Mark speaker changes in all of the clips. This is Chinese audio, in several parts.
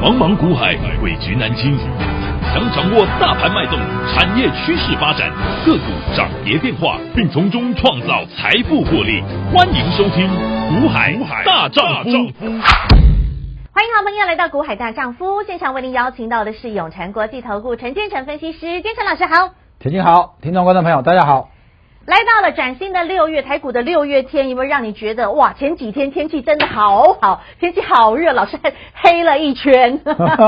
Speaker 1: 茫茫股海，诡局难清。想掌握大盘脉动、产业趋势发展、个股涨跌变化，并从中创造财富获利，欢迎收听《股海大丈夫》。
Speaker 2: 欢迎好朋友来到《股海大丈夫》现场，为您邀请到的是永诚国际投顾陈建成分析师，建成老师好。
Speaker 3: 田青好，听众观众朋友，大家好。
Speaker 2: 来到了崭新的六月，台股的六月天，有没有让你觉得哇？前几天天气真的好好，天气好热，老师 还黑了一圈，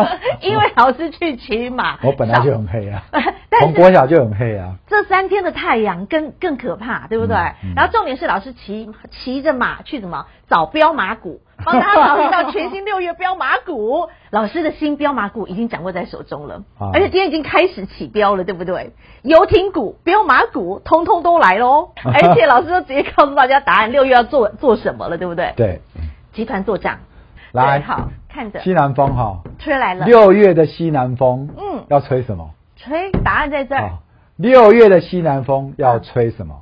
Speaker 2: 因为老师去骑马。
Speaker 3: 我本来就很黑啊，
Speaker 2: 但
Speaker 3: 从
Speaker 2: 是
Speaker 3: 国小就很黑啊。
Speaker 2: 这三天的太阳更更可怕，对不对？
Speaker 3: 嗯嗯
Speaker 2: 然后重点是老师骑骑着马去什么找标马 股，帮大家找一到全新六月标马股。老师的新标马股已经掌握在手中了，
Speaker 3: 啊
Speaker 2: 而且今天已经开始起标了，对不对？游艇股、标马股，通通都 来喽！而且老师都直接告诉大家答案，六月要做做什么了，对不对？
Speaker 3: 对，
Speaker 2: 集团做账，
Speaker 3: 来，
Speaker 2: 对好看着
Speaker 3: 西南风哈，
Speaker 2: 吹来了，
Speaker 3: 六月的西南风，
Speaker 2: 嗯
Speaker 3: 要吹什么？
Speaker 2: 吹答案在这儿，
Speaker 3: 啊，六月的西南风要吹什么？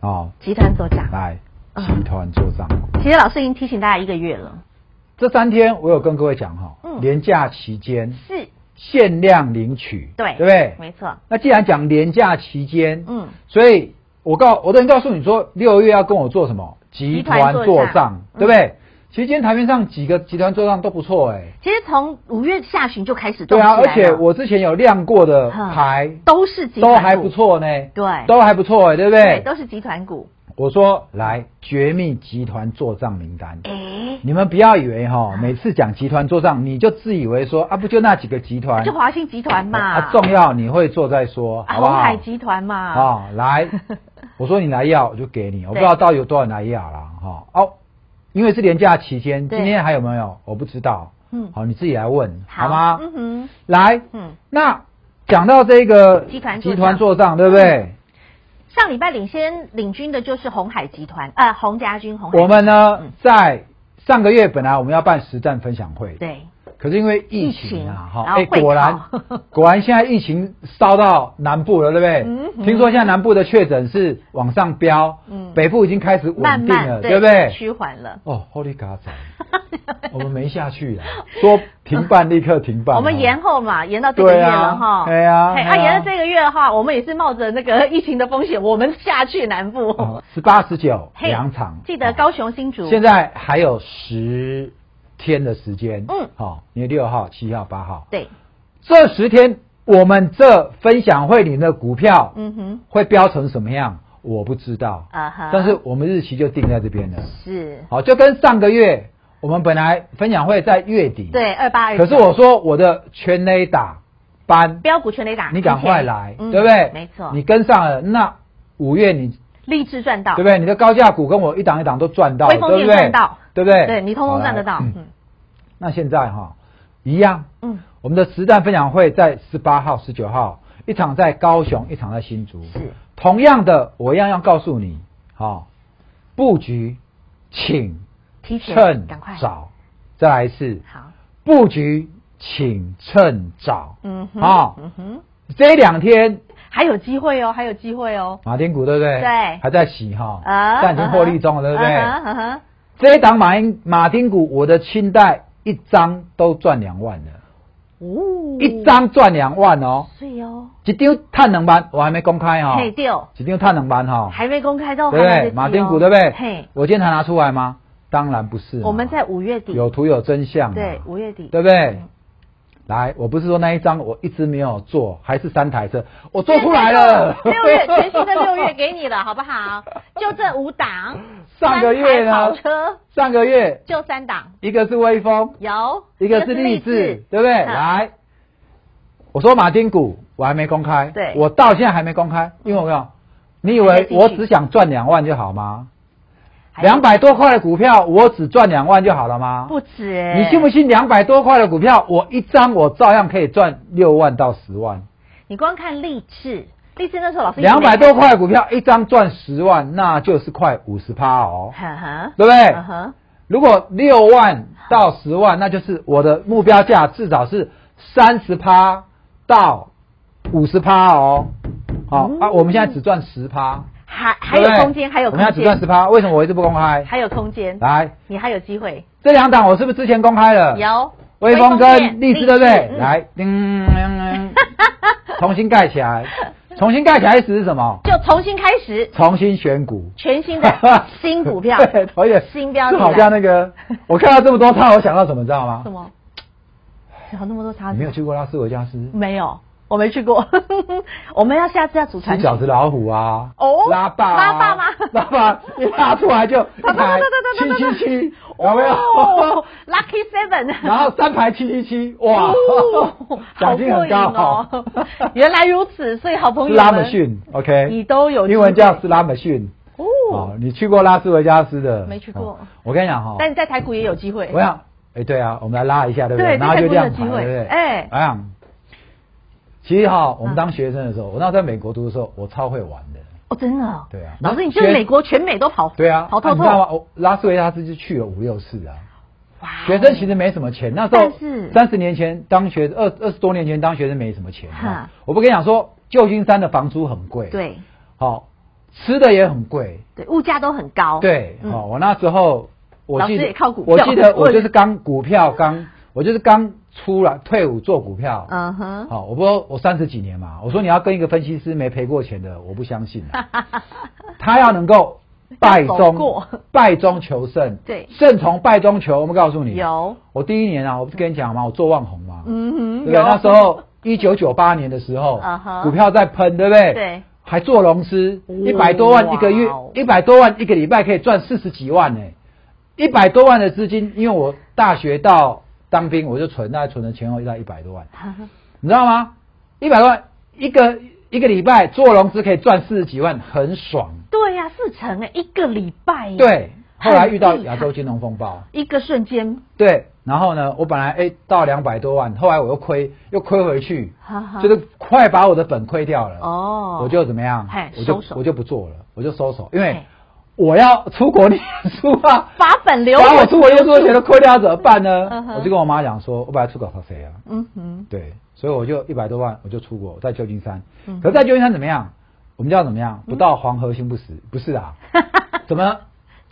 Speaker 3: 啊，
Speaker 2: 集团做账。
Speaker 3: 来，
Speaker 2: 嗯
Speaker 3: 集团做账股。
Speaker 2: 其实老师已经提醒大家一个月了，
Speaker 3: 这三天我有跟各位讲哈
Speaker 2: 嗯，
Speaker 3: 廉价期间
Speaker 2: 是
Speaker 3: 限量领取，
Speaker 2: 对
Speaker 3: 对不对？
Speaker 2: 没错，
Speaker 3: 那既然讲廉价期间，
Speaker 2: 嗯
Speaker 3: 嗯，所以我告我等于告诉你说，六月要跟我做什么？集团做
Speaker 2: 集团做嗯账
Speaker 3: 账，对不对？其实今天台面上几个集团做账都不错哎、
Speaker 2: 其实从五月下旬就开始动
Speaker 3: 对
Speaker 2: 起
Speaker 3: 啊，
Speaker 2: 来了，
Speaker 3: 而且我之前有亮过的
Speaker 2: 哼
Speaker 3: 牌
Speaker 2: 都是嗯集团
Speaker 3: 都
Speaker 2: 股
Speaker 3: 还不，错呢，
Speaker 2: 对
Speaker 3: 都还不错哎、对不对？
Speaker 2: 都是集团股。
Speaker 3: 我说来绝密集团做账名单。
Speaker 2: 哎，
Speaker 3: 你们不要以为哈，每次讲集团做账，你就自以为说啊，不就那几个集团
Speaker 2: 就华兴集团嘛，
Speaker 3: 啊，重要你会做再说，
Speaker 2: 啊
Speaker 3: 好不好？
Speaker 2: 红海集团嘛，
Speaker 3: 啊、 来，我说你来要我就给你，我不知道到底有多少人来要啦，哈、哦，因为是廉价期间，
Speaker 2: 对
Speaker 3: 今天还有没有？我不知道，
Speaker 2: 嗯
Speaker 3: 好、你自己来问，好吗？
Speaker 2: 嗯哼，
Speaker 3: 来，
Speaker 2: 嗯，
Speaker 3: 那讲到这个
Speaker 2: 集团做
Speaker 3: 集团
Speaker 2: 账
Speaker 3: 做账，对不对？
Speaker 2: 上礼拜领先领军的就是红海集团，呃，洪家军，红海集团
Speaker 3: 我们呢，
Speaker 2: 嗯
Speaker 3: 在上个月本来我们要办实战分享会，
Speaker 2: 对，
Speaker 3: 可是因为疫情啊，
Speaker 2: 疫情
Speaker 3: 哈，
Speaker 2: 然后
Speaker 3: 哎，
Speaker 2: 会考
Speaker 3: 果然 果然现在疫情烧到南部了，对不对？
Speaker 2: 嗯嗯
Speaker 3: 听说现在南部的确诊是往上飙，
Speaker 2: 嗯
Speaker 3: 北部已经开始稳定了，
Speaker 2: 慢慢
Speaker 3: 对不对？
Speaker 2: 趋缓了。
Speaker 3: 哦，Holy God，我们没下去啊，说停办立刻停办，啊
Speaker 2: 我们延后嘛，延到这个月了哈。
Speaker 3: 对啊
Speaker 2: 嘿
Speaker 3: 对啊
Speaker 2: 啊，延到这个月的话，我们也是冒着那个疫情的风险，我们下去南部。
Speaker 3: 嗯十八十九
Speaker 2: 嘿
Speaker 3: 哦两场，
Speaker 2: 记得高雄、新竹。
Speaker 3: 现在还有十天的时间，
Speaker 2: 嗯
Speaker 3: 好、你六号、七号、八号，
Speaker 2: 对，
Speaker 3: 这十天我们这分享会里的股票，
Speaker 2: 嗯哼，
Speaker 3: 会标成什么样，我不知道，
Speaker 2: 啊哈
Speaker 3: 但是我们日期就定在这边了，
Speaker 2: 是，
Speaker 3: 好，就跟上个月我们本来分享会在月底，，
Speaker 2: 对，二八二。
Speaker 3: 可是我说我的全垒打班，
Speaker 2: 标股全雷打，
Speaker 3: 你赶快
Speaker 2: 提前
Speaker 3: 来，
Speaker 2: 嗯
Speaker 3: 对不对？
Speaker 2: 没错，
Speaker 3: 你跟上了，那五月你
Speaker 2: 励志赚到，
Speaker 3: 对不对？你的高价股跟我一档一档都赚到了，
Speaker 2: 微风
Speaker 3: 对
Speaker 2: 电
Speaker 3: 不对
Speaker 2: 赚到？
Speaker 3: 对不对？
Speaker 2: 对你通
Speaker 3: 好
Speaker 2: 通
Speaker 3: 来
Speaker 2: 赚得到，
Speaker 3: 嗯
Speaker 2: 嗯
Speaker 3: 那现在哈，一样，
Speaker 2: 嗯，
Speaker 3: 我们的实战分享会在十八号、十九号，一场在高雄，一场在新竹。
Speaker 2: 是，
Speaker 3: 同样的，我一样要告诉你，好、布局，请
Speaker 2: 提前
Speaker 3: 趁
Speaker 2: 赶快
Speaker 3: 早。再来一次，
Speaker 2: 好，
Speaker 3: 布局，请趁早。
Speaker 2: 嗯哼，
Speaker 3: 好
Speaker 2: 嗯哼，
Speaker 3: 这两天
Speaker 2: 还有机会哦，还有机会哦，
Speaker 3: 马丁股对不对？
Speaker 2: 对
Speaker 3: 还在洗哈，
Speaker 2: 啊，
Speaker 3: 但已经获利中了，对不对？
Speaker 2: 啊哈啊哈
Speaker 3: 这一档马英马丁股，我的清代一张都赚两万了，
Speaker 2: 哦，
Speaker 3: 一张赚两万哦，
Speaker 2: 对哦，
Speaker 3: 一张探两万，我还没公开哦，
Speaker 2: 嘿丢，
Speaker 3: 一张探两万哈、哦，
Speaker 2: 还没公开到，
Speaker 3: 对不对？马丁股对不对？
Speaker 2: 哦嘿，
Speaker 3: 我今天才拿出来吗？当然不是嘛，
Speaker 2: 我们在五月底，
Speaker 3: 有图有真相嘛，
Speaker 2: 对，五月底，
Speaker 3: 对不对
Speaker 2: 嗯？
Speaker 3: 来，我不是说那一张我一直没有做，还是三台车，我做出来了。
Speaker 2: 六 月全新的六月给你了，好不好？就这五档，
Speaker 3: 上个月
Speaker 2: 三台
Speaker 3: 呢
Speaker 2: 跑车
Speaker 3: 上个月
Speaker 2: 就三档，
Speaker 3: 一个是微风，
Speaker 2: 有
Speaker 3: 一个是励志，对不对？
Speaker 2: 嗯
Speaker 3: 来，我说马丁股我还没公开，
Speaker 2: 对
Speaker 3: 我到现在还没公开，因为我要，你以为我只想赚两万就好吗？两百多块的股票，我只赚两万就好了吗？
Speaker 2: 不止，
Speaker 3: 你信不？信？两百多块的股票，我一张我照样可以赚六万到十万。
Speaker 2: 你光看励志，励志那时候老师
Speaker 3: 两百多，块的股票一张赚十万，那就是快五十趴哦，
Speaker 2: 哈哈，
Speaker 3: 对不对？
Speaker 2: 嗯哼，
Speaker 3: 如果六万到十万，那就是我的目标价至少是三十趴到五十趴哦。好、
Speaker 2: 嗯
Speaker 3: 啊，我们现在只赚十趴，
Speaker 2: 还还
Speaker 3: 对不
Speaker 2: 有
Speaker 3: 对
Speaker 2: 空间，还有
Speaker 3: 我
Speaker 2: 空
Speaker 3: 们现在只赚
Speaker 2: 间，
Speaker 3: 十趴，为什么我一直不公开？
Speaker 2: 还有空间，
Speaker 3: 来，
Speaker 2: 你还有机会，
Speaker 3: 这两档我是不是之前公开了？
Speaker 2: 有
Speaker 3: 微风
Speaker 2: 微风
Speaker 3: 跟
Speaker 2: 电
Speaker 3: 荔枝，对不对
Speaker 2: 荔？枝嗯
Speaker 3: 来，叮， 叮叮重新盖起来，重新盖起来意思是什么？
Speaker 2: 就重新开始，
Speaker 3: 重新选股，
Speaker 2: 全 新的新股票，
Speaker 3: 对，而且
Speaker 2: 新标
Speaker 3: 就
Speaker 2: 的来，
Speaker 3: 好像那个，我看到这么多套，我想到什么，你知道
Speaker 2: 什
Speaker 3: 吗？
Speaker 2: 么？有那么多差
Speaker 3: 你
Speaker 2: 距
Speaker 3: 没有？去过拉斯维加斯，
Speaker 2: 没有，我没去过。 我们要下次要组团
Speaker 3: 吃
Speaker 2: 体
Speaker 3: 饺子老虎啊，
Speaker 2: 哦
Speaker 3: 拉霸啊，
Speaker 2: 拉霸吗 啊
Speaker 3: 拉霸一拉出 来就一排七七七，有没有
Speaker 2: 哦？，Lucky Seven，
Speaker 3: 然后三排七七七，哇
Speaker 2: 哦，
Speaker 3: 奖金很高
Speaker 2: 好过瘾 哦。原来如此，所以好朋友
Speaker 3: 斯拉
Speaker 2: 们
Speaker 3: 姆逊，OK，
Speaker 2: 你都有
Speaker 3: 英文叫
Speaker 2: 机
Speaker 3: 斯拉姆逊。
Speaker 2: 哦
Speaker 3: 哦，，你去过拉斯维加斯的？
Speaker 2: 没去过
Speaker 3: 嗯我跟你讲哈，
Speaker 2: 但在台股也有机会。
Speaker 3: 我想，哎，对啊，我们来拉一下，对不
Speaker 2: 对
Speaker 3: 对？
Speaker 2: 这
Speaker 3: 然后
Speaker 2: 才
Speaker 3: 就
Speaker 2: 不
Speaker 3: 这
Speaker 2: 会有
Speaker 3: 样
Speaker 2: 机
Speaker 3: 排，对不
Speaker 2: 会
Speaker 3: 对？
Speaker 2: 哎嗯
Speaker 3: 我想，其实哈，我们当学生的时候，我那时候在美国读的时候，我超会玩的。
Speaker 2: 哦，真的哦。
Speaker 3: 对啊
Speaker 2: 老师，
Speaker 3: 那
Speaker 2: 你就是
Speaker 3: 学
Speaker 2: 美国全美都跑，
Speaker 3: 对啊，
Speaker 2: 跑
Speaker 3: 啊
Speaker 2: 透
Speaker 3: 你
Speaker 2: 透。
Speaker 3: 知道吗？我拉斯维加斯就去了五六次啊。
Speaker 2: 哇哦
Speaker 3: 学生其实没什么钱，那时候
Speaker 2: 但是
Speaker 3: 三十年前当学二二十多年前当学生没什么钱啊
Speaker 2: 哈。
Speaker 3: 我不跟你讲说，旧金山的房租很贵，，
Speaker 2: 对
Speaker 3: 好吃的也很贵，
Speaker 2: 对，物价都很高。
Speaker 3: 对，
Speaker 2: 嗯
Speaker 3: 好，我那时候我
Speaker 2: 老师
Speaker 3: 记得
Speaker 2: 也靠股
Speaker 3: 我
Speaker 2: 票
Speaker 3: 记得
Speaker 2: 我
Speaker 3: 我
Speaker 2: 也
Speaker 3: 就是刚股票刚，我就是刚出来退伍做股 票，
Speaker 2: 嗯哼，
Speaker 3: 好，我不说我三十几年嘛，我说你要跟一个分析师没赔过钱的，我不相信啊、 他要能够败
Speaker 2: 要走
Speaker 3: 中
Speaker 2: 过
Speaker 3: 败中求胜，
Speaker 2: 对
Speaker 3: 胜从败中求。我们告诉你，
Speaker 2: 有，
Speaker 3: 我第一年啊，我不是跟你讲吗？我做万红嘛，对
Speaker 2: 嗯
Speaker 3: 不
Speaker 2: 哼，
Speaker 3: 对？
Speaker 2: 有
Speaker 3: 那时候一九九八年的时候
Speaker 2: 啊哈
Speaker 3: 股票在喷，对不对？
Speaker 2: 对。
Speaker 3: 还做融资，一
Speaker 2: 哇
Speaker 3: 百多万一个月
Speaker 2: 哦，
Speaker 3: 一百多万一个礼拜可以赚四十几万呢、一百多万的资金，因为我大学到当兵，我就存，大概存的前后到一百多万。你知道吗？一百万一个一个礼拜做融资可以赚四十几万，很爽。
Speaker 2: 对呀，四成哎，一个礼拜耶，
Speaker 3: 对，后来遇到
Speaker 2: 很厉害
Speaker 3: 亚洲金融风暴，
Speaker 2: 一个瞬间，
Speaker 3: 对，然后呢，我本来哎到两百多万，后来我又亏，又亏回去
Speaker 2: 哈哈，
Speaker 3: 就是快把我的本亏掉了。
Speaker 2: 嗯哦
Speaker 3: 我就怎么样
Speaker 2: 嘿？
Speaker 3: 我就
Speaker 2: 收手
Speaker 3: 我就不做了，我就收手，因为
Speaker 2: 嘿
Speaker 3: 我要出国念书啊。
Speaker 2: 把本留
Speaker 3: 把我出国念书的钱都亏掉怎么办呢
Speaker 2: 哎嗯？哼
Speaker 3: 我就跟我妈讲说，我本来出国咖啡啊，
Speaker 2: 嗯哼，
Speaker 3: 对，所以我就一百多万，我就出国，我在旧金山。
Speaker 2: 嗯
Speaker 3: 可是在旧金山怎么样？我们叫怎么样？不到黄河心不死，不是 啊？怎么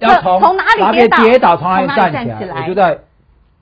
Speaker 3: 要从
Speaker 2: 从哪里跌倒
Speaker 3: 跌倒，从哪里
Speaker 2: 从哪里
Speaker 3: 站起
Speaker 2: 站起
Speaker 3: 来？
Speaker 2: 来嗯
Speaker 3: 我就在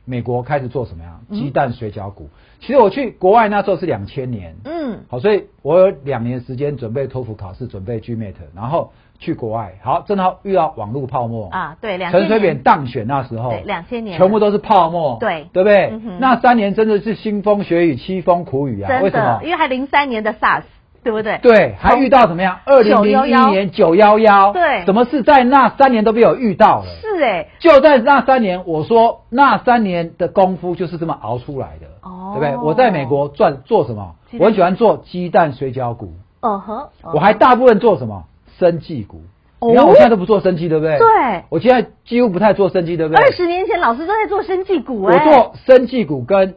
Speaker 3: 美国开始做什么呀？鸡蛋水饺股。其实我去国外那时候是两千年，
Speaker 2: 嗯，
Speaker 3: 好，所以我有两年时间准备托福考试，准备 GMAT，然后去国外。好，正好遇到网络泡沫
Speaker 2: 啊对2000
Speaker 3: 陈水扁当选那时候，
Speaker 2: 对2000年
Speaker 3: 全部都是泡沫，
Speaker 2: 对
Speaker 3: 对不对？
Speaker 2: 嗯哼
Speaker 3: 那三年真的是腥风血雨、凄风苦雨啊！为
Speaker 2: 真
Speaker 3: 什么
Speaker 2: 的，因？为还零三年的 SARS，对不对？
Speaker 3: 对，还遇到怎么样？二零零一
Speaker 2: 911
Speaker 3: 年九幺幺，
Speaker 2: 对
Speaker 3: 什么事在那三年都被我遇到了？
Speaker 2: 是哎，
Speaker 3: 就在那三年，我说那三年的功夫就是这么熬出来的，
Speaker 2: 哦
Speaker 3: 对不对？我在美国赚做什么
Speaker 2: 鸡？蛋
Speaker 3: 我很喜欢做鸡蛋水饺股。
Speaker 2: 哦呵，嗯哼
Speaker 3: 我还大部分做什么？生技股。
Speaker 2: 哦
Speaker 3: 你看我现在都不做生技，对不对？
Speaker 2: 对
Speaker 3: 我现在几乎不太做生技，对不对？
Speaker 2: 二十年前老师都在做生技股
Speaker 3: 我
Speaker 2: 哎，
Speaker 3: 做生技股跟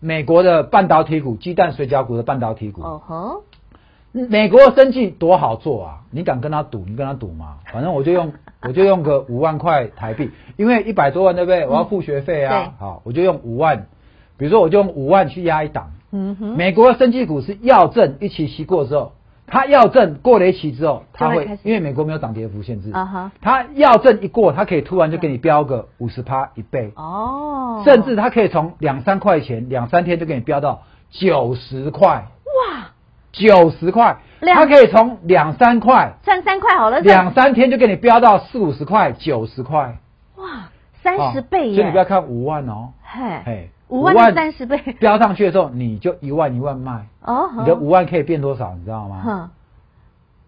Speaker 3: 美国的半导体股、鸡蛋水饺股的半导体股。
Speaker 2: 哦呵，
Speaker 3: 美国的生技多好做啊！你敢跟他赌？你跟他赌吗？反正我就 用我就用个五万块台币，因为一百多万对不对？我要付学费啊
Speaker 2: 嗯对，
Speaker 3: 好，我就用五万，比如说我就用五万去压一档。
Speaker 2: 嗯哼，
Speaker 3: 美国的生技股是要证一期期过之后，它要证过了一期之后，它
Speaker 2: 就会
Speaker 3: 会
Speaker 2: 开始
Speaker 3: 因为美国没有涨跌幅限制
Speaker 2: 啊哈，
Speaker 3: 它要证一过，它可以突然就给你标个五十趴一倍，
Speaker 2: 哦，
Speaker 3: 甚至它可以从两三块钱两三天就给你标到九十块，
Speaker 2: 哇，
Speaker 3: 九十块，
Speaker 2: 两
Speaker 3: 它可以从两三块
Speaker 2: 算三块好了，
Speaker 3: 两三天就给你标到四五十块九十块，
Speaker 2: 哇，三十
Speaker 3: 哦
Speaker 2: 倍耶，
Speaker 3: 所以你不要看五万哦，
Speaker 2: 嘿
Speaker 3: 嘿，
Speaker 2: 五万的三十倍，
Speaker 3: 标上去的时候你就一万一万卖。
Speaker 2: 哦
Speaker 3: 你的五万可以变多少，你知道吗？
Speaker 2: 哼，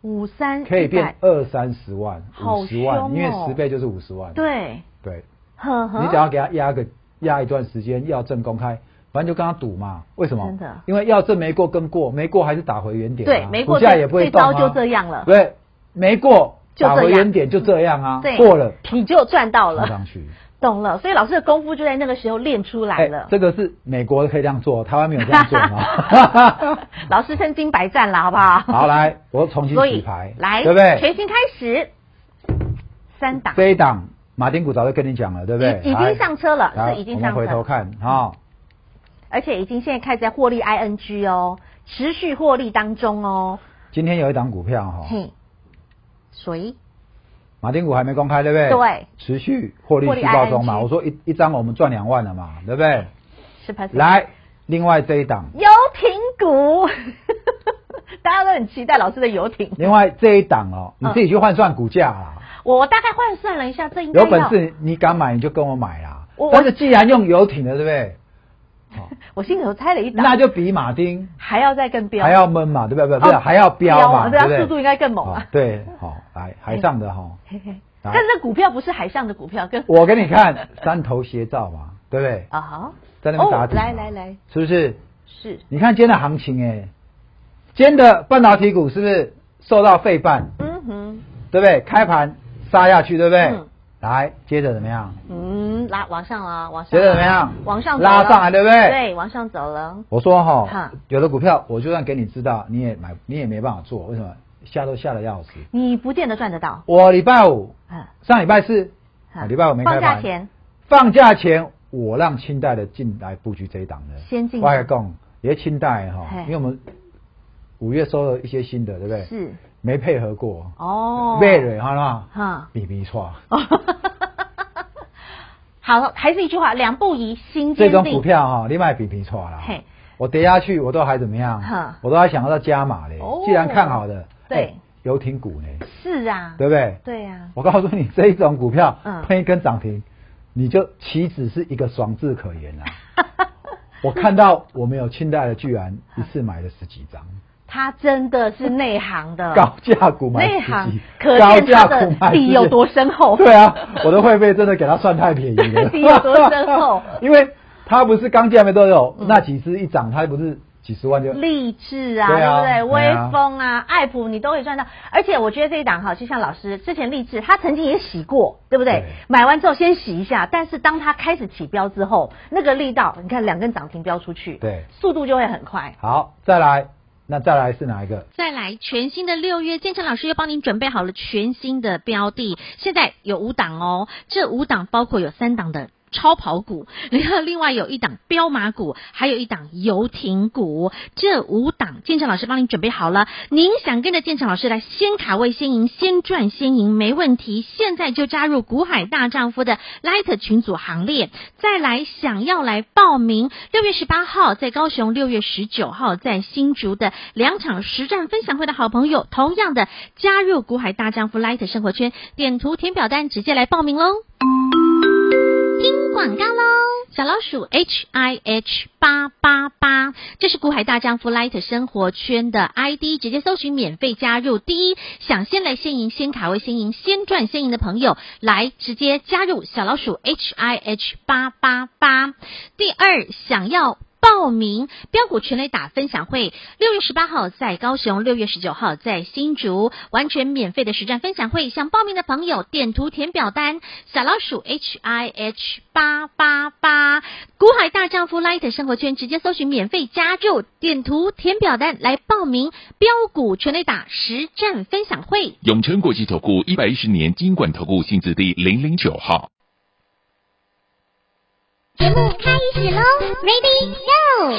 Speaker 2: 五三
Speaker 3: 可以变
Speaker 2: 100
Speaker 3: 二三十万、
Speaker 2: 好
Speaker 3: 五十万，
Speaker 2: 凶哦
Speaker 3: 因为十倍就是五十万。
Speaker 2: 对，
Speaker 3: 对，
Speaker 2: 呵呵，
Speaker 3: 你只要给他压个压一段时间，要证公开，反正就跟他赌嘛。为什么？
Speaker 2: 真的
Speaker 3: 因为要证没过跟过，没过还是打回原点、啊。
Speaker 2: 对没过
Speaker 3: 股价
Speaker 2: 最
Speaker 3: 也不会动、啊、
Speaker 2: 最高就这样了
Speaker 3: 对，没过
Speaker 2: 就这样
Speaker 3: 打回原点就这样啊，
Speaker 2: 对
Speaker 3: 过了
Speaker 2: 你就赚到
Speaker 3: 冲
Speaker 2: 了
Speaker 3: 上，去。
Speaker 2: 懂了，所以老师的功夫就在那个时候练出来了。
Speaker 3: 哎这个是美国可以这样做，台湾没有这样做 吗？
Speaker 2: 老师身经百战了，好不好？
Speaker 3: 好，来，我重新
Speaker 2: 所
Speaker 3: 洗
Speaker 2: 以
Speaker 3: 牌，
Speaker 2: 来，
Speaker 3: 对不对？
Speaker 2: 全新开始，三档
Speaker 3: 这一档马丁股早就跟你讲了，对不对？
Speaker 2: 已已经上车了
Speaker 3: 来
Speaker 2: 是已经
Speaker 3: 我们
Speaker 2: 上车
Speaker 3: 回头看啊，
Speaker 2: 而且已经现在开始在获利 ing 哦，持续获利当中哦。
Speaker 3: 今天有一档股票哈，
Speaker 2: 嘿，谁？
Speaker 3: 马丁股还没公开，对不对？
Speaker 2: 对，
Speaker 3: 持续获利
Speaker 2: 获利
Speaker 3: 续报中嘛。
Speaker 2: ING 啊
Speaker 3: 我说一一张我们赚两万了嘛，对不对？
Speaker 2: 10%
Speaker 3: 来，另外这一档，
Speaker 2: 游艇股， 大家都很期待老师的游艇。
Speaker 3: 另外这一档哦，
Speaker 2: 嗯
Speaker 3: 你自己去换算股价啦。
Speaker 2: 我大概换算了一下，这应该
Speaker 3: 有本
Speaker 2: 要
Speaker 3: 事你敢买你就跟我买啦
Speaker 2: 嗯我我。
Speaker 3: 但是既然用游艇了，对不对？好，
Speaker 2: 我心里头猜了一档，
Speaker 3: 那就比马丁
Speaker 2: 还要再更飙，
Speaker 3: 还要闷嘛，对不对？
Speaker 2: 哦
Speaker 3: 不是还要飙嘛，
Speaker 2: 对
Speaker 3: 对
Speaker 2: 啊，
Speaker 3: 不对？
Speaker 2: 速度应该更猛
Speaker 3: 好
Speaker 2: 啊。嗯
Speaker 3: 对，好，来海上的哈，
Speaker 2: 嘿嘿
Speaker 3: 来
Speaker 2: 但是这股票不是海上的股票，跟
Speaker 3: 我给你看三头斜照嘛，对不对？
Speaker 2: 啊哈，
Speaker 3: 在那边打
Speaker 2: 哦
Speaker 3: 底嘛，
Speaker 2: 来来来，
Speaker 3: 是不是？
Speaker 2: 是，
Speaker 3: 你看今天的行情，哎，今天的半导体股是不是受到费半，
Speaker 2: 嗯哼，
Speaker 3: 对不对？开盘杀下去，对不对
Speaker 2: 嗯？
Speaker 3: 来，接着怎么样？
Speaker 2: 嗯，拉往上了，往上，
Speaker 3: 觉得怎么样
Speaker 2: 往上走
Speaker 3: 拉
Speaker 2: 了
Speaker 3: 上来对不对
Speaker 2: 对，往上走了，
Speaker 3: 我说哈
Speaker 2: 哈，
Speaker 3: 有的股票我就算给你知道，你也买，你也没办法做，为什么？吓都吓得要死。
Speaker 2: 你不见得赚得到，
Speaker 3: 我礼拜五、
Speaker 2: 嗯，
Speaker 3: 上礼拜四、
Speaker 2: 嗯
Speaker 3: 啊礼拜五没开
Speaker 2: 放
Speaker 3: 盘，
Speaker 2: 假前，
Speaker 3: 放假前我让清代的进来布局这一档的，
Speaker 2: 先进
Speaker 3: 我还讲，也清代哈
Speaker 2: 嘿，
Speaker 3: 因为我们五月收了一些新的，对不对？
Speaker 2: 是，
Speaker 3: 没配合过，
Speaker 2: 哦，
Speaker 3: 贝瑞好啦，
Speaker 2: 哈，
Speaker 3: 比比错，
Speaker 2: 哦好，还是一句话，两不疑，心
Speaker 3: 这
Speaker 2: 坚
Speaker 3: 种
Speaker 2: 定，
Speaker 3: 股票哈，你买比比错啦
Speaker 2: 嘿。
Speaker 3: 我跌下去，我都还怎么样
Speaker 2: 哼？
Speaker 3: 我都还想要加码嘞
Speaker 2: 哦。
Speaker 3: 既然看好的，
Speaker 2: 对
Speaker 3: 哎，游艇股呢，
Speaker 2: 是啊，
Speaker 3: 对不对？
Speaker 2: 对啊，
Speaker 3: 我告诉你，这一种股票
Speaker 2: 嗯
Speaker 3: 喷一根涨停，你就岂止是一个爽字可言 啊！我看到我们有清代的，居然一次买了十几张，
Speaker 2: 他真的是内 行的，
Speaker 3: 高价股买
Speaker 2: 内
Speaker 3: 十
Speaker 2: 嗯行
Speaker 3: 几，，
Speaker 2: 可
Speaker 3: 高
Speaker 2: 见
Speaker 3: 价
Speaker 2: 他的
Speaker 3: 股买
Speaker 2: 底
Speaker 3: 十
Speaker 2: 有
Speaker 3: 几
Speaker 2: 多深厚。
Speaker 3: 对啊，我的会费真的给他算太便宜 了，
Speaker 2: 底有多深厚
Speaker 3: 因为他不是刚进来没多久，
Speaker 2: 嗯
Speaker 3: 那几只一涨，他不是几十万就
Speaker 2: 励志啊，
Speaker 3: 对
Speaker 2: 对
Speaker 3: 啊
Speaker 2: 不对？
Speaker 3: 对啊
Speaker 2: 威风啊，爱普你都可以赚到。而且我觉得这一档哈，就像老师之前励志，他曾经也洗过，对不对
Speaker 3: 对？
Speaker 2: 买完之后先洗一下，但是当他开始起标之后，那个力道，你看两根涨停标出去，
Speaker 3: 对，
Speaker 2: 速度就会很快。
Speaker 3: 好。再来，那再来是哪一个？
Speaker 2: 再来，全新的六月，建成老师又帮您准备好了全新的标的，现在有五档哦，这五档包括有三档的。超跑股， 然后另外有一档彪马股，还有一档游艇股，这五档建成老师帮您准备好了。您想跟着建成老师来先卡位先赢，先赚先赢，没问题。现在就加入股海大丈夫的 Light 群组行列。再来，想要来报名，六月十八号在高雄，六月十九号在新竹的两场实战分享会的好朋友，同样的加入股海大丈夫 Light 生活圈，点图填表单直接来报名喽。听广告喽，小老鼠 H I H 八八八，这是股海大丈夫 Light 生活圈的 ID，直接搜寻免费加入。第一，想先来先赢、先卡位、先赢、先赚先赢的朋友，来直接加入小老鼠 H I H 八八八。第二，想要报名标股全垒打分享会，六月十八号在高雄，六月十九号在新竹，完全免费的实战分享会。想报名的朋友，点图填表单，小老鼠 H I H 八八八，股海大丈夫 Light 生活圈直接搜寻免费加入，点图填表单来报名标股全垒打实战分享会。
Speaker 1: 永诚国际投顾一百一十年金管投顾性质第零零九号。
Speaker 4: 节目开始喽，Ready Go！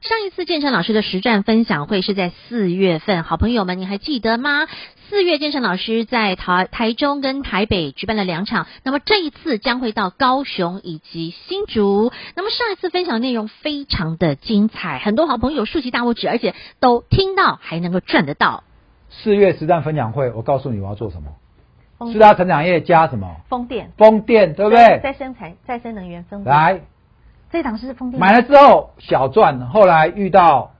Speaker 5: 上一次建成老师的实战分享会是在四月份，好朋友们，你还记得吗？四月建成老师在台台中跟台北举办了两场，那么这一次将会到高雄以及新竹。那么上一次分享的内容非常的精彩，很多好朋友竖起大拇指，而且都听到还能够赚得到。
Speaker 3: 四月实战分享会，我告诉你我要做什么，
Speaker 2: 嗯
Speaker 3: 四大成长业加什么？
Speaker 2: 风电，
Speaker 3: 风电，对不对？
Speaker 2: 生产再生能源风
Speaker 3: 来，
Speaker 2: 这档是风
Speaker 3: 买了之后小赚，后来遇到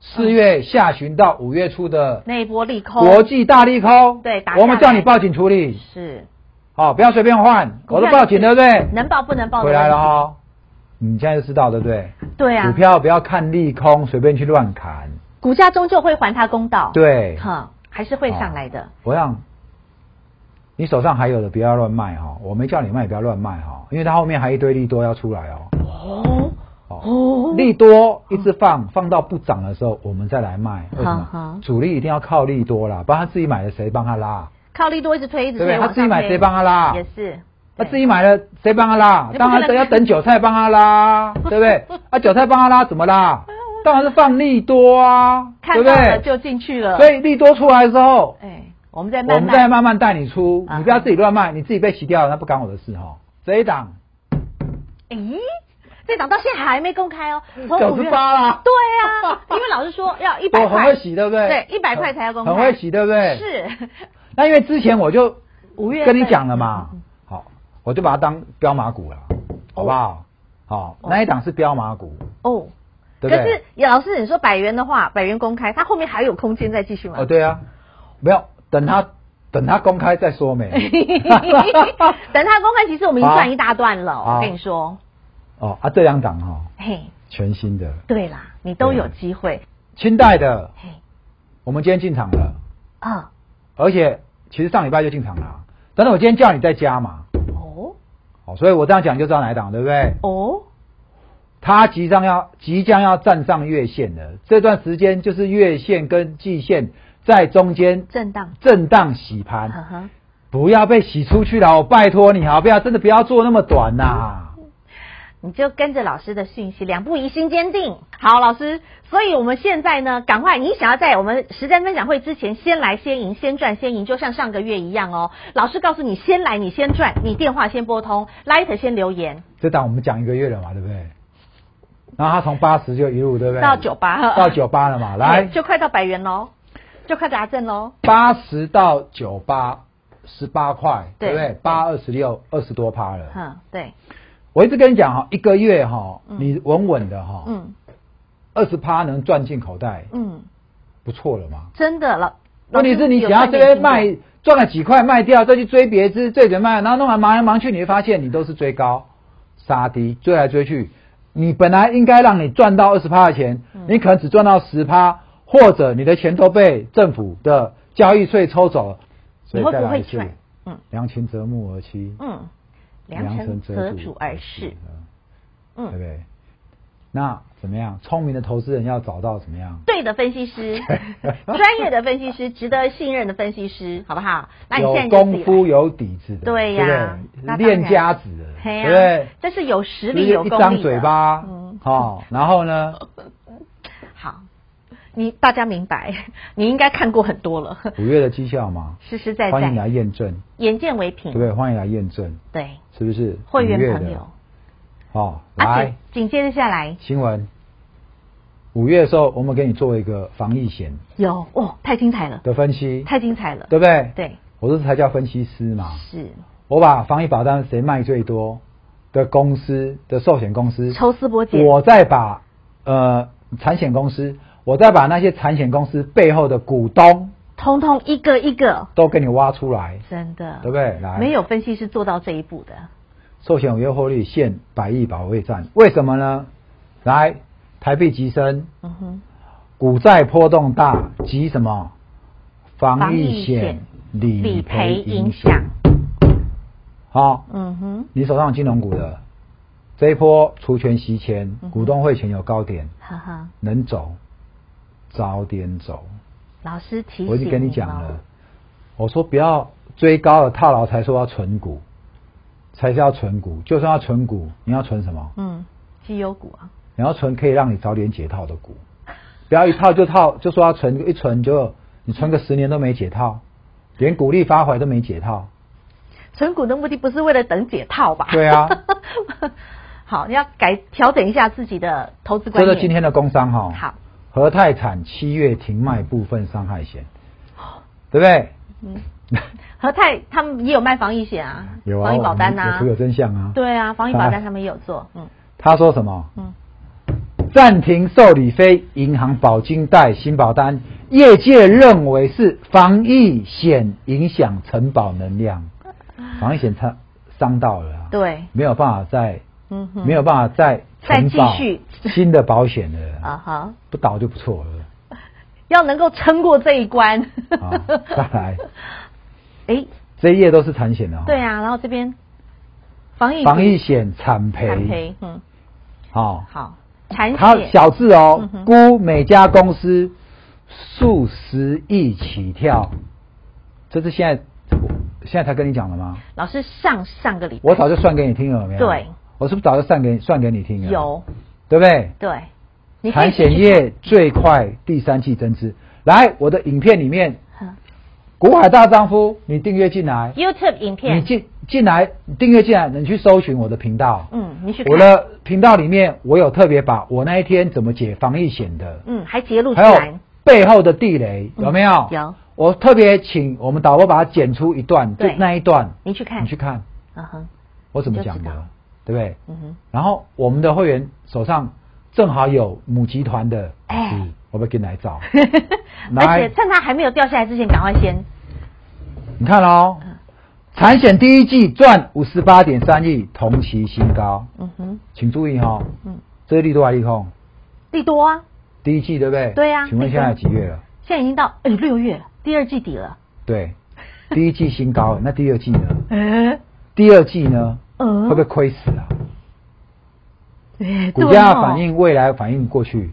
Speaker 3: 四月下旬到五月初的
Speaker 2: 那一波利空
Speaker 3: 国际大利空，
Speaker 2: 对打下来
Speaker 3: 我们叫你报警处理，
Speaker 2: 是
Speaker 3: 好、不要随便换，
Speaker 2: 股
Speaker 3: 我
Speaker 2: 票
Speaker 3: 都报警，对不对？
Speaker 2: 能报不能报的
Speaker 3: 回来了
Speaker 2: 问
Speaker 3: 哦，你现在就知道，对不对？
Speaker 2: 题，对啊，
Speaker 3: 股票不要看利空，随便去乱砍，
Speaker 2: 股价终究会还他公道，，
Speaker 3: 对，
Speaker 2: 哈，还是会上来的，
Speaker 3: 我让你手上还有的不要乱卖哈、我没叫你卖，也不要乱卖哈、因为它后面还一堆利多要出来哦。
Speaker 2: 哦
Speaker 3: 哦
Speaker 2: 哦，
Speaker 3: 利多一直放，放到不涨的时候，我们再来卖。为什
Speaker 2: 嗯好好
Speaker 3: 么？主力一定要靠利多啦，不然他自己买的谁帮他拉？
Speaker 2: 靠利多一直推，一直
Speaker 3: 对不对？
Speaker 2: 推，
Speaker 3: 他
Speaker 2: 往
Speaker 3: 自己
Speaker 2: 上
Speaker 3: 买
Speaker 2: 推，
Speaker 3: 谁帮他拉
Speaker 2: 也？是，
Speaker 3: 他
Speaker 2: 对
Speaker 3: 啊自己买了谁帮他拉？
Speaker 2: 你不可能
Speaker 3: 当然要等韭菜帮他 拉，对不对？啊，韭菜帮他拉怎么拉？当然是放利多啊，对
Speaker 2: 看
Speaker 3: 不
Speaker 2: 到了
Speaker 3: 对？
Speaker 2: 就进去了，
Speaker 3: 所以利多出来之后，
Speaker 2: 哎，我们再
Speaker 3: 我
Speaker 2: 慢
Speaker 3: 们再
Speaker 2: 慢，
Speaker 3: 慢慢带你出，
Speaker 2: 啊
Speaker 3: 你哦不要自己乱卖，你自己被洗掉了，那不干我的事哈。这一档
Speaker 2: 咦，哎这档到现在还没公开 哦，
Speaker 3: 早
Speaker 2: 从五
Speaker 3: 就
Speaker 2: 月。
Speaker 3: 发了。
Speaker 2: 对啊，因为老师说要一百
Speaker 3: 我很
Speaker 2: 块
Speaker 3: 会，洗，对不对？
Speaker 2: 对100块才要公开
Speaker 3: 很会洗，对不对？。
Speaker 2: 是
Speaker 3: 那因为之前我就
Speaker 2: 五月份
Speaker 3: 跟你讲了嘛，好，我就把它当标马股了，好不好？好，那一档是标马股，
Speaker 2: 哦。
Speaker 3: 对不
Speaker 2: 可是
Speaker 3: 对？
Speaker 2: 老师，你说百元的话，百元公开，它后面还有空间再继续吗？
Speaker 3: 哦，对啊，没有，等它等它公开再说 没。
Speaker 2: 等它公开，其实我们已经赚一大段了。
Speaker 3: 好
Speaker 2: 我跟你说，
Speaker 3: 哦啊，这两档哈，
Speaker 2: 嘿，
Speaker 3: 全新的，
Speaker 2: 对啦，你都有机会。
Speaker 3: 清代的
Speaker 2: 嘿，
Speaker 3: 我们今天进场了，
Speaker 2: 啊，
Speaker 3: 而且其实上礼拜就进场了，但是我今天叫你再加嘛，
Speaker 2: 哦
Speaker 3: 哦，所以我这样讲你就知道哪一档，对不对？
Speaker 2: 哦，
Speaker 3: 它即将要即将要站上月线了，这段时间就是月线跟季线在中间
Speaker 2: 震荡，
Speaker 3: 震荡洗
Speaker 2: 呵
Speaker 3: 盘，
Speaker 2: 呵，
Speaker 3: 不要被洗出去了，我拜托你好不要，真的不要做那么短呐、
Speaker 2: 你就跟着老师的讯息，两步一心坚定。好，老师，所以我们现在呢，赶快，你想要在我们实战分享会之前，先来先赢，先赚先赢，就像上个月一样哦。老师告诉你，先来你先赚，你电话先拨通，Light 先留言
Speaker 3: 这档我们讲一个月了嘛，对不对？然后它从八十就一路，对不对？
Speaker 2: 到九八，
Speaker 3: 到九八了嘛，来
Speaker 2: 就快到百元喽，就快达阵喽。
Speaker 3: 八十到九八，十八块，
Speaker 2: 对
Speaker 3: 对不对？八二十六，二十多趴了。
Speaker 2: 嗯，对，
Speaker 3: 我一直跟你讲哈，一个月哈，
Speaker 2: 嗯
Speaker 3: 你稳稳的哈，
Speaker 2: 嗯
Speaker 3: 二十趴能赚进口袋，
Speaker 2: 嗯，
Speaker 3: 不错了嘛。
Speaker 2: 真的老。
Speaker 3: 问题是你想要这边卖赚了几块卖掉，再去追别只，追着卖，然后弄完忙来忙去，你会发现你都是追高、杀低，追来追去。你本来应该让你赚到二十趴的钱，
Speaker 2: 嗯
Speaker 3: 你可能只赚到十趴，或者你的钱都被政府的交易税抽走了。所
Speaker 2: 你
Speaker 3: 以
Speaker 2: 会
Speaker 3: 再
Speaker 2: 不
Speaker 3: 来
Speaker 2: 会
Speaker 3: 一次
Speaker 2: 赚？嗯
Speaker 3: 良禽择木而栖，
Speaker 2: 嗯，良辰择主而事，，
Speaker 3: 对不
Speaker 2: 嗯，
Speaker 3: 对？那怎么样？聪明的投资人要找到怎么样？
Speaker 2: 对的分析师，专业的分析师，值得信任的分析师， 好不好？那你
Speaker 3: 有
Speaker 2: 现在就自己
Speaker 3: 功
Speaker 2: 来
Speaker 3: 夫有底子的，
Speaker 2: 对呀
Speaker 3: 对不
Speaker 2: 那
Speaker 3: 对
Speaker 2: 当然
Speaker 3: 练家子的，对
Speaker 2: 嘿呀
Speaker 3: 不对？
Speaker 2: 这是有实
Speaker 3: 就是
Speaker 2: 力、有
Speaker 3: 一
Speaker 2: 功力
Speaker 3: 张
Speaker 2: 的
Speaker 3: 嘴巴，
Speaker 2: 嗯，
Speaker 3: 哦，然后呢，
Speaker 2: 好，你大家明白， 你应该看过很多了，
Speaker 3: 五月的绩效嘛，
Speaker 2: 实实在嗯
Speaker 3: 欢迎来
Speaker 2: 在，
Speaker 3: 验证，
Speaker 2: 眼见为
Speaker 3: 对
Speaker 2: 凭
Speaker 3: 不，对？欢迎来验证，
Speaker 2: 对，
Speaker 3: 是不是？
Speaker 2: 会员
Speaker 3: 五月的
Speaker 2: 朋友，
Speaker 3: 哦，
Speaker 2: 啊，
Speaker 3: 来
Speaker 2: 紧紧接着下来
Speaker 3: 新闻，五月的时候我们给你做一个防疫险
Speaker 2: 有哦，太精彩了，
Speaker 3: 的分析，
Speaker 2: 太精彩了，
Speaker 3: 对不对？
Speaker 2: 对，
Speaker 3: 我这才叫分析师嘛，
Speaker 2: 是
Speaker 3: 我把防疫保单谁卖最多的公司的寿险公司
Speaker 2: 抽丝剥茧，
Speaker 3: 我再把呃产险公司，我再把那些产险公司背后的股东
Speaker 2: 通通一个一个，
Speaker 3: 都给你挖出来，
Speaker 2: 真的，
Speaker 3: 对不对？来，
Speaker 2: 没有分析师做到这一步的，
Speaker 3: 寿险违约获利现百亿保卫战，为什么呢？来，台币急升，
Speaker 2: 嗯哼，
Speaker 3: 股债波动大，急什么？防疫险
Speaker 2: 理
Speaker 3: 理
Speaker 2: 赔
Speaker 3: 赔
Speaker 2: 影
Speaker 3: 影
Speaker 2: 响
Speaker 3: 响。，好、
Speaker 2: 嗯哼，
Speaker 3: 你手上有金融股的这一波除权息前，股东会前有高点，
Speaker 2: 哈哈，
Speaker 3: 能走早点走。
Speaker 2: 老师提醒
Speaker 3: 我已经跟你
Speaker 2: 你
Speaker 3: 讲了，我说不要追高了套牢，才说要存股，才是要存股。就算要存股，你要存什么？
Speaker 2: 嗯，绩优股啊，
Speaker 3: 你要存可以让你早点解套的股，不要一套就套，就说要存一存就你存个十年都没解套，连股利发回都没解套。
Speaker 2: 存股的目的不是为了等解套吧？
Speaker 3: 对啊，
Speaker 2: 好，你要改调整一下自己的投资观
Speaker 3: 这
Speaker 2: 念。
Speaker 3: 是今天哦的工商哈、
Speaker 2: 好，
Speaker 3: 和泰产七月停卖部分伤害险，对不对？
Speaker 2: 和泰他们也有卖防疫险啊，
Speaker 3: 有啊，
Speaker 2: 防疫保单
Speaker 3: 我们
Speaker 2: 呐、
Speaker 3: 有图有真相啊。
Speaker 2: 对啊，防疫保单
Speaker 3: 啊
Speaker 2: 他们也有做，嗯
Speaker 3: 他说什么？
Speaker 2: 嗯，
Speaker 3: 暂停受理非银行保金贷新保单，业界认为是防疫险影响承保能量，
Speaker 2: 啊
Speaker 3: 防疫险它伤到了、啊，
Speaker 2: 对，
Speaker 3: 没有办法再、
Speaker 2: 嗯哼，
Speaker 3: 没有办法再
Speaker 2: 再
Speaker 3: 承保
Speaker 2: 继续
Speaker 3: 新的保险了，
Speaker 2: 啊哈，
Speaker 3: 不倒就不错了。
Speaker 2: 要能够撑过这一关。
Speaker 3: 好 啊再来，
Speaker 2: 哎，
Speaker 3: 这一页都是产险的、哦，
Speaker 2: 对啊，然后这边防疫
Speaker 3: 防疫险产赔，
Speaker 2: 产赔，嗯，
Speaker 3: 哦，
Speaker 2: 好，产
Speaker 3: 它
Speaker 2: 险
Speaker 3: 小字哦
Speaker 2: 哎嗯，哼
Speaker 3: 估每家公司数十亿起跳，这是现在我现在才跟你讲的吗？
Speaker 2: 老师上上个礼拜
Speaker 3: 我早就算给你听了有没有？
Speaker 2: 对，
Speaker 3: 我是不是早就算给算给你听了？，
Speaker 2: 有
Speaker 3: 对不对？
Speaker 2: 对，你可以
Speaker 3: 产险业最快第三季增资，来我的影片里面
Speaker 2: 嗯
Speaker 3: 股海大丈夫，你订阅进来，
Speaker 6: YouTube 影
Speaker 3: 你
Speaker 6: 片，
Speaker 3: 进进来你订阅进来，你去搜寻我的频道，
Speaker 6: 嗯，你去
Speaker 3: 我
Speaker 6: 看，
Speaker 3: 的频道里面我有特别把我那一天怎么解防疫险的，
Speaker 6: 嗯，还截录出
Speaker 3: 还有
Speaker 6: 来，嗯
Speaker 3: 背后的地雷有没有？
Speaker 6: 有，
Speaker 3: 我特别请我们导播把它剪出一段，就
Speaker 6: 对
Speaker 3: 那一段，
Speaker 6: 你去看
Speaker 3: 你，去看
Speaker 6: 嗯哼，
Speaker 3: 我怎么讲
Speaker 6: 你就知道
Speaker 3: 的，对不对？
Speaker 6: 嗯哼，
Speaker 3: 然后我们的会员手上正好有母集团的，
Speaker 6: 哎
Speaker 3: 嗯，我们给你来找，
Speaker 6: 而且
Speaker 3: 来，
Speaker 6: 趁它还没有掉下来之前，赶快先，
Speaker 3: 你看哦，
Speaker 6: 嗯
Speaker 3: 产险第一季赚五十八点三亿，同期新高，
Speaker 6: 嗯哼，
Speaker 3: 请注意哦，
Speaker 6: 嗯，
Speaker 3: 这是利多还是利空？
Speaker 6: 利多啊，
Speaker 3: 第一季对不对？
Speaker 6: 对啊
Speaker 3: 请问现在几月了？
Speaker 6: 现在已经到哎六月第二季底了，
Speaker 3: 对，第一季新高，那第二季呢？呃
Speaker 6: 哎，
Speaker 3: 第二季呢？
Speaker 6: 嗯
Speaker 3: 会不会亏死啊？
Speaker 6: 哎
Speaker 3: 股价反映未来，反映过去，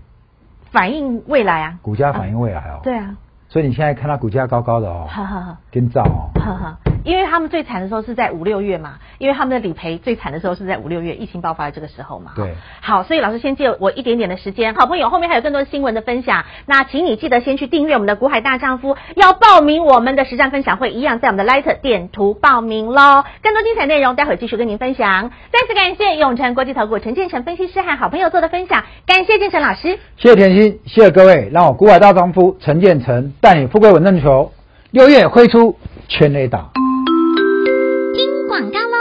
Speaker 6: 反映未来啊，
Speaker 3: 股价反映未来哦。
Speaker 6: 对，啊，
Speaker 3: 所以你现在看到股价高高的哦，
Speaker 6: 哈哈哈。
Speaker 3: 跟照哦。
Speaker 6: 呵呵， 因为他们最惨的时候是在五六月嘛，因为他们的理赔最惨的时候是在五六月，疫情爆发的这个时候嘛。
Speaker 3: 对
Speaker 6: 好，所以老师先借我一点点的时间，好朋友后面还有更多新闻的分享，那请你记得先去订阅我们的《股海大丈夫》，要报名我们的实战分享会，一样在我们的 Light 点图报名喽。更多精彩内容，待会继续跟您分享。再次感谢永诚国际投顾陈建成分析师和好朋友做的分享，感谢建成老师。
Speaker 3: 谢谢甜心，谢谢各位，让我股海大丈夫陈建成带你富贵稳中求。六月推出全垒打。
Speaker 7: 听广告喽！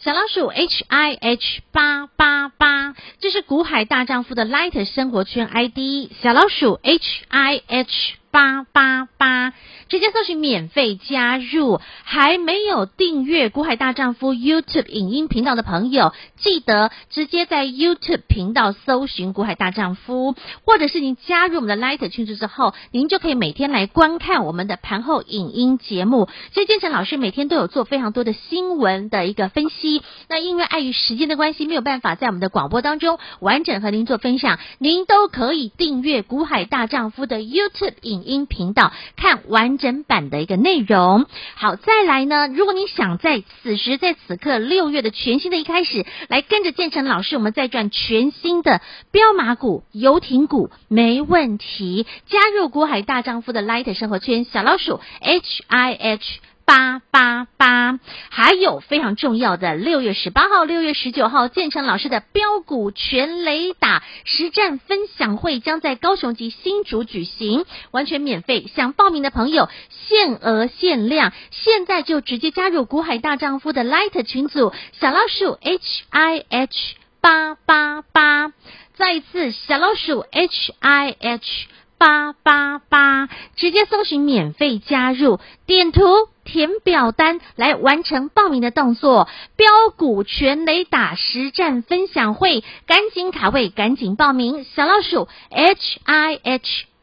Speaker 2: 小老鼠 H I H 八八八，这是股海大丈夫的 Light 生活圈 ID，小老鼠 H I H 八八八，直接搜寻免费加入。还没有订阅股海大丈夫 YouTube 影音频道的朋友，记得直接在 YouTube 频道搜寻股海大丈夫，或者是您加入我们的 Light 群组之后，您就可以每天来观看我们的盘后影音节目。所以建成老师每天都有做非常多的新闻的一个分析。那因为碍于时间的关系，没有办法在我们的广播当中完整和您做分享，您都可以订阅《股海大丈夫》的 YouTube 影音频道，看完整版的一个内容。好，再来呢，如果你想在此时在此刻六月的全新的一开始，来跟着建成老师，我们再赚全新的标马股、游艇股，没问题。加入股海大丈夫的 Light 生活圈，小老鼠 H I H。八八八，还有非常重要的六月十八号、六月十九号，建成老师的标股全雷打实战分享会将在高雄及新竹举行，完全免费。想报名的朋友，限额限量，现在就直接加入股海大丈夫的 Light 群组，小老鼠 H I H 八八八，再一次小老鼠 H I H。八八八，直接搜寻免费加入，点图填表单来完成报名的动作。标股全雷打实战分享会，赶紧卡位，赶紧报名。小老鼠 H I H